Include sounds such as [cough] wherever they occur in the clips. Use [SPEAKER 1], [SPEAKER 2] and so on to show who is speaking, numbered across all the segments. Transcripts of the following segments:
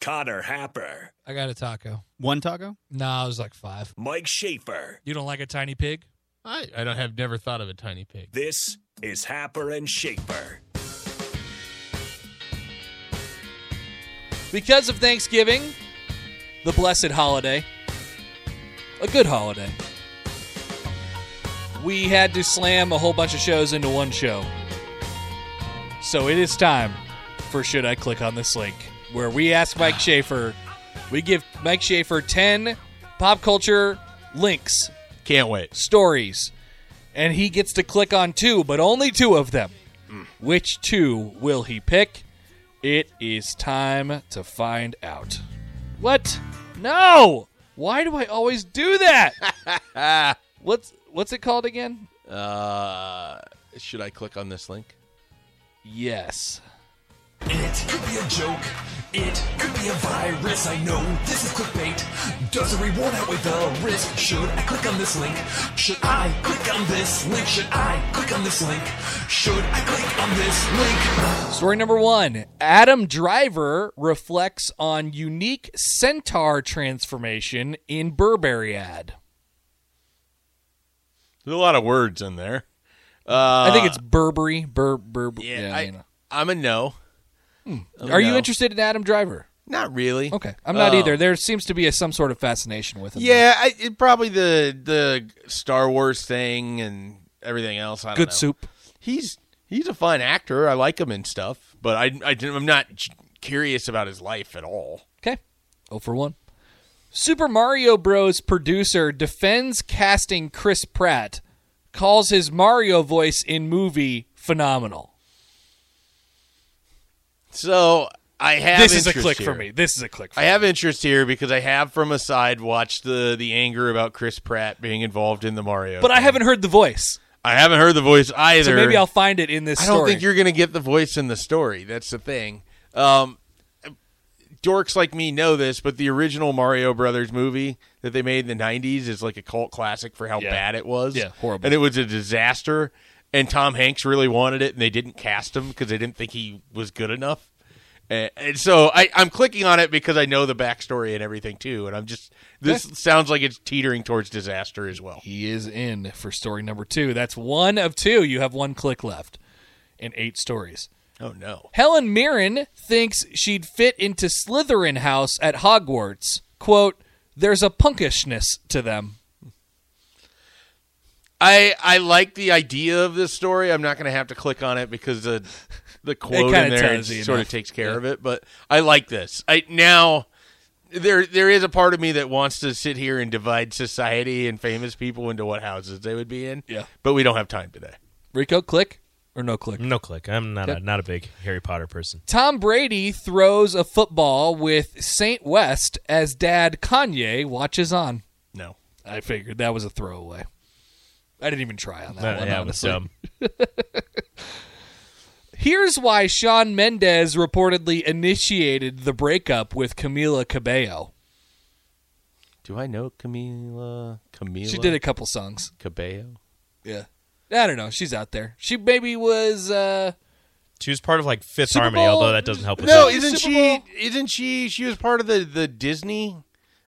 [SPEAKER 1] Connor Happer,
[SPEAKER 2] I got a taco.
[SPEAKER 3] One taco?
[SPEAKER 2] No, I was like five.
[SPEAKER 1] Mike Schaefer.
[SPEAKER 2] You don't like a tiny pig?
[SPEAKER 4] I, I don't have never thought of a tiny pig.
[SPEAKER 1] This is Happer and Schaefer.
[SPEAKER 2] Because of Thanksgiving, the blessed holiday, a good holiday, we had to slam a whole bunch of shows into one show. So it is time for Should I Click on This Link, where we ask Mike Schaefer, we give Mike Schaefer 10 pop culture links
[SPEAKER 4] Can't wait.
[SPEAKER 2] stories, and he gets to click on two, but only two of them.
[SPEAKER 4] Mm.
[SPEAKER 2] Which two will he pick? It is time to find out. What? No! Why do I always do that?
[SPEAKER 4] [laughs]
[SPEAKER 2] what's what's it called again?
[SPEAKER 4] Uh, should I click on this link?
[SPEAKER 2] Yes.
[SPEAKER 5] It could be a joke. It could be a virus. I know this is clickbait. Does the reward outweigh the risk? Should I click on this link? Should I click on this link? Should I click on this link? Should I click on this link?
[SPEAKER 2] Story number one Adam Driver reflects on unique centaur transformation in Burberry ad.
[SPEAKER 4] There's a lot of words in there.
[SPEAKER 2] I
[SPEAKER 4] Uh,
[SPEAKER 2] think it's Burberry. Bur, bur,
[SPEAKER 4] yeah.
[SPEAKER 2] yeah,
[SPEAKER 4] I,
[SPEAKER 2] you know.
[SPEAKER 4] I'm a no. I'm a
[SPEAKER 2] Hmm. Are you
[SPEAKER 4] no.
[SPEAKER 2] interested in Adam Driver?
[SPEAKER 4] Not really.
[SPEAKER 2] Okay, I'm not
[SPEAKER 4] Um,
[SPEAKER 2] either. There seems to be a, some sort of fascination with him.
[SPEAKER 4] Yeah, I, it, probably the the Star Wars thing and everything else. I don't
[SPEAKER 2] good
[SPEAKER 4] know.
[SPEAKER 2] soup.
[SPEAKER 4] He's he's a fine actor. I like him and stuff, but I, I didn't- I'm not j- curious about his life at all.
[SPEAKER 2] Okay, oh for one. Super Mario Bros. producer defends casting Chris Pratt, calls his Mario voice in movie phenomenal.
[SPEAKER 4] So I have
[SPEAKER 2] This is a
[SPEAKER 4] interest
[SPEAKER 2] click
[SPEAKER 4] here.
[SPEAKER 2] for me. This is a click for
[SPEAKER 4] I have interest here because I have from a side watched the the anger about Chris Pratt being involved in the Mario.
[SPEAKER 2] me. But I haven't heard the voice,
[SPEAKER 4] I haven't heard the voice either.
[SPEAKER 2] so maybe I'll find it in this
[SPEAKER 4] I
[SPEAKER 2] story.
[SPEAKER 4] don't think you're going to get the voice in the story. That's the thing. Um, dorks like me know this, but the original Mario Brothers movie that they made in the '90s is like a cult classic for how
[SPEAKER 2] Yeah.
[SPEAKER 4] bad it was.
[SPEAKER 2] Yeah, horrible.
[SPEAKER 4] And it was a disaster. And Tom Hanks really wanted it, and they didn't cast him because they didn't think he was good enough. And, and so I, I'm clicking on it because I know the backstory and everything too. And I'm just this sounds like it's teetering towards disaster as well.
[SPEAKER 2] He is in for story number two. That's one of two. You have one click left in eight stories.
[SPEAKER 4] Oh no!
[SPEAKER 2] Helen Mirren thinks she'd fit into Slytherin house at Hogwarts. Quote, there's a punkishness to them.
[SPEAKER 4] I I like the idea of this story. I'm not going to have to click on it because the the quote in
[SPEAKER 2] kinda
[SPEAKER 4] there
[SPEAKER 2] tells you
[SPEAKER 4] sort
[SPEAKER 2] enough.
[SPEAKER 4] of takes care of it. But I like this. I now there there is a part of me that wants to sit here and divide society and famous people into what houses they would be in.
[SPEAKER 2] Yeah.
[SPEAKER 4] but we don't have time today.
[SPEAKER 2] Rico, click or no click?
[SPEAKER 6] No click. I'm not
[SPEAKER 2] Okay.
[SPEAKER 6] a, not a big Harry Potter person.
[SPEAKER 2] Tom Brady throws a football with St. West as dad Kanye watches on.
[SPEAKER 4] No.
[SPEAKER 2] I figured that was a throwaway. I didn't even try on that
[SPEAKER 6] Uh,
[SPEAKER 2] one.
[SPEAKER 6] yeah, it was
[SPEAKER 2] honestly.
[SPEAKER 6] dumb.
[SPEAKER 2] [laughs] Here's why Sean Mendez reportedly initiated the breakup with Camila Cabello.
[SPEAKER 4] Do I know Camila? Camila.
[SPEAKER 2] She did a couple songs.
[SPEAKER 4] Cabello.
[SPEAKER 2] Yeah. I don't know. She's out there. She maybe was uh
[SPEAKER 6] She was part of like Fifth
[SPEAKER 2] Super
[SPEAKER 6] Harmony,
[SPEAKER 2] Bowl-
[SPEAKER 6] although that doesn't help. us
[SPEAKER 4] No,
[SPEAKER 6] out.
[SPEAKER 2] it-
[SPEAKER 4] isn't
[SPEAKER 2] Super
[SPEAKER 4] she?
[SPEAKER 2] Bowl?
[SPEAKER 4] Isn't she? She was part of the the Disney.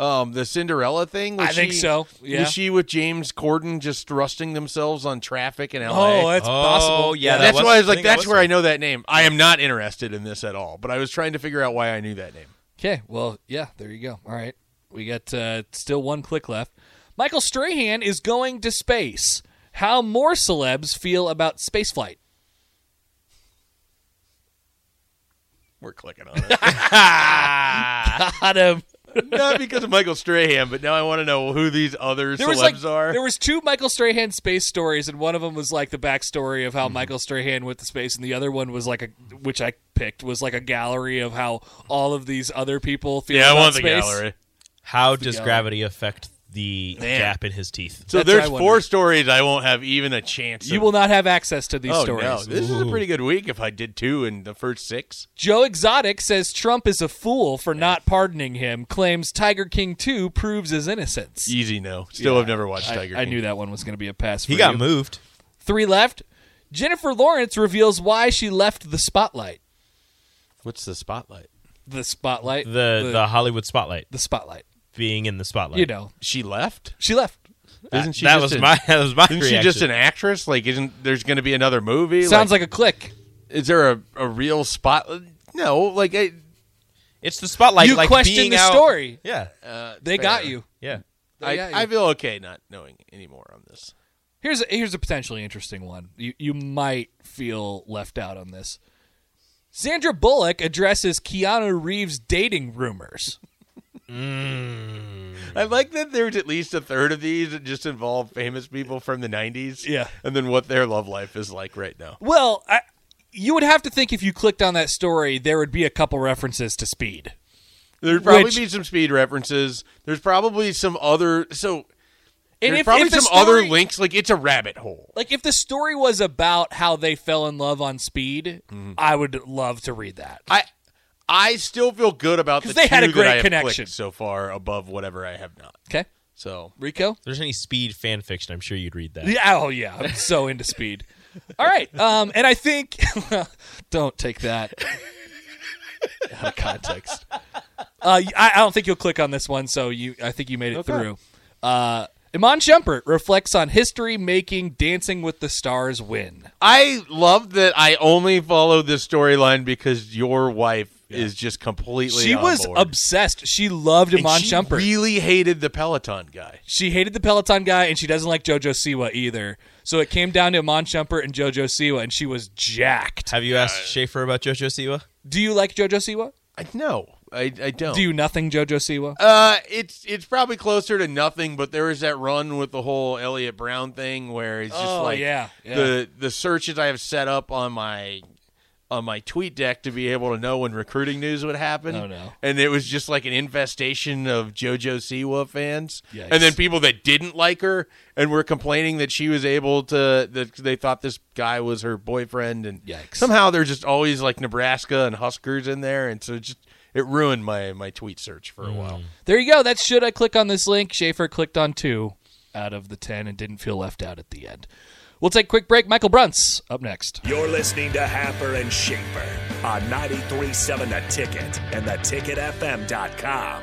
[SPEAKER 4] um the Cinderella thing? Was
[SPEAKER 2] I think
[SPEAKER 4] she-
[SPEAKER 2] so, yeah.
[SPEAKER 4] Was she with James Corden just thrusting themselves on traffic in LA?
[SPEAKER 2] Oh, that's
[SPEAKER 6] Oh,
[SPEAKER 2] possible.
[SPEAKER 6] yeah, that
[SPEAKER 4] that's
[SPEAKER 6] was-
[SPEAKER 4] why I was
[SPEAKER 6] I
[SPEAKER 4] like,
[SPEAKER 6] think that
[SPEAKER 4] that's
[SPEAKER 6] was
[SPEAKER 4] where
[SPEAKER 6] her.
[SPEAKER 4] I know that name. I am not interested in this at all, but I was trying to figure out why I knew that name.
[SPEAKER 2] Okay, well, yeah, there you go. All right. We got uh, still one click left. Michael Strahan is going to space. How more celebs feel about
[SPEAKER 6] [laughs]
[SPEAKER 2] spaceflight?
[SPEAKER 4] We're clicking on it.
[SPEAKER 2] Got him.
[SPEAKER 4] [laughs] Not because of Michael Strahan, but now I want to know who these other
[SPEAKER 2] There
[SPEAKER 4] celebs
[SPEAKER 2] was like
[SPEAKER 4] are.
[SPEAKER 2] there was two Michael Strahan space stories, and one of them was like the backstory of how
[SPEAKER 6] Mm-hmm.
[SPEAKER 2] Michael Strahan went to space, and the other one was like a which I picked was like a gallery of how all of these other people feel.
[SPEAKER 4] yeah, I
[SPEAKER 2] about
[SPEAKER 4] want the
[SPEAKER 2] space.
[SPEAKER 4] gallery.
[SPEAKER 6] How does gravity affect the gap in his teeth?
[SPEAKER 2] That's
[SPEAKER 4] So
[SPEAKER 2] what I
[SPEAKER 4] there's
[SPEAKER 2] wondered.
[SPEAKER 4] four stories I won't have even a chance.
[SPEAKER 2] You
[SPEAKER 4] of-
[SPEAKER 2] will not have access to these
[SPEAKER 4] Oh
[SPEAKER 2] stories.
[SPEAKER 4] no, this is a pretty good week if I did two in the first six.
[SPEAKER 2] Joe Exotic says Trump is a fool for not pardoning him. Claims Tiger King 2 proves his innocence.
[SPEAKER 4] Easy no. Still have never watched Tiger.
[SPEAKER 2] I, I
[SPEAKER 4] King.
[SPEAKER 2] knew that one was going to be a pass. For
[SPEAKER 6] He got
[SPEAKER 2] you.
[SPEAKER 6] moved.
[SPEAKER 2] Three left. Jennifer Lawrence reveals why she left the spotlight.
[SPEAKER 4] What's the spotlight?
[SPEAKER 2] The spotlight.
[SPEAKER 6] The the Hollywood spotlight
[SPEAKER 2] the spotlight.
[SPEAKER 6] being in the spotlight.
[SPEAKER 2] You know,
[SPEAKER 4] She left.
[SPEAKER 2] she left.
[SPEAKER 4] Isn't she?
[SPEAKER 6] that
[SPEAKER 4] just
[SPEAKER 6] was
[SPEAKER 2] [laughs]
[SPEAKER 4] an-
[SPEAKER 6] my that was my
[SPEAKER 4] Isn't
[SPEAKER 6] reaction.
[SPEAKER 4] she just an actress? Like, isn't there's going to be another movie?
[SPEAKER 2] Sounds like a click.
[SPEAKER 4] is there a, a real spot? No, like I,
[SPEAKER 6] It's the spotlight.
[SPEAKER 2] You
[SPEAKER 6] like
[SPEAKER 2] questioned
[SPEAKER 6] being
[SPEAKER 2] the
[SPEAKER 6] out-
[SPEAKER 2] story.
[SPEAKER 6] Yeah,
[SPEAKER 2] They got you.
[SPEAKER 6] yeah.
[SPEAKER 2] They got you.
[SPEAKER 4] I, I feel okay not knowing anymore on this.
[SPEAKER 2] Here's a, here's a potentially interesting one. You you might feel left out on this. Sandra Bullock addresses Keanu Reeves' dating rumors.
[SPEAKER 4] I like that there's at least a third of these that just involve famous people from the '90s.
[SPEAKER 2] Yeah.
[SPEAKER 4] and then what their love life is like right now.
[SPEAKER 2] Well, I, you would have to think if you clicked on that story, there would be a couple references to speed.
[SPEAKER 4] There'd probably
[SPEAKER 2] Which-
[SPEAKER 4] be some speed references. There's probably some other so.
[SPEAKER 2] And
[SPEAKER 4] there's
[SPEAKER 2] if,
[SPEAKER 4] probably
[SPEAKER 2] if the
[SPEAKER 4] some
[SPEAKER 2] story-
[SPEAKER 4] other links. Like it's a rabbit hole.
[SPEAKER 2] Like if the story was about how they fell in love on speed,
[SPEAKER 4] Mm-hmm.
[SPEAKER 2] I would love to read that.
[SPEAKER 4] I I still feel good about
[SPEAKER 2] 'Cause
[SPEAKER 4] the
[SPEAKER 2] they had
[SPEAKER 4] two
[SPEAKER 2] a great
[SPEAKER 4] that I have
[SPEAKER 2] connection.
[SPEAKER 4] clicked so far above whatever I have not.
[SPEAKER 2] Okay,
[SPEAKER 4] So
[SPEAKER 2] Rico.
[SPEAKER 6] If there's any speed fan fiction, I'm sure you'd read that.
[SPEAKER 2] Yeah, oh yeah, I'm so into speed. [laughs] All right, um, and I think [laughs] don't take that out of context. Uh, I, I don't think you'll click on this one, so you I think you made it through. Uh, Iman Shumpert reflects on history making Dancing with the Stars win.
[SPEAKER 4] I love that I only follow this storyline because your wife is just completely.
[SPEAKER 2] She
[SPEAKER 4] on
[SPEAKER 2] was
[SPEAKER 4] board.
[SPEAKER 2] obsessed. She loved
[SPEAKER 4] And
[SPEAKER 2] Iman
[SPEAKER 4] she
[SPEAKER 2] Shumpert.
[SPEAKER 4] Really hated the Peloton guy.
[SPEAKER 2] she hated the Peloton guy, and she doesn't like JoJo Siwa either. So it came down to Iman Shumpert and JoJo Siwa, and she was jacked.
[SPEAKER 6] Have you asked Schaefer about JoJo Siwa?
[SPEAKER 2] Do you like JoJo Siwa?
[SPEAKER 4] I, no, I, I don't.
[SPEAKER 2] Do you nothing JoJo Siwa?
[SPEAKER 4] Uh, it's it's probably closer to nothing, but there was that run with the whole Elliot Brown thing where it's just
[SPEAKER 2] Oh,
[SPEAKER 4] like
[SPEAKER 2] yeah, yeah.
[SPEAKER 4] the the searches I have set up on my on my tweet deck to be able to know when recruiting news would happen.
[SPEAKER 2] Oh, no.
[SPEAKER 4] And it was just like an infestation of JoJo Siwa fans,
[SPEAKER 2] Yikes.
[SPEAKER 4] and then people that didn't like her and were complaining that she was able to that they thought this guy was her boyfriend, and
[SPEAKER 2] Yikes.
[SPEAKER 4] somehow there's just always like Nebraska and Huskers in there, and so it just it ruined my my tweet search
[SPEAKER 2] Mm.
[SPEAKER 4] for a while.
[SPEAKER 2] There you go. That's should I click on this link. Schaefer clicked on two out of the ten and didn't feel left out at the end. We'll take a quick break. Michael Brunts up next.
[SPEAKER 1] You're listening to Happer and Shaper on 93.7 The Ticket and theticketfm.com.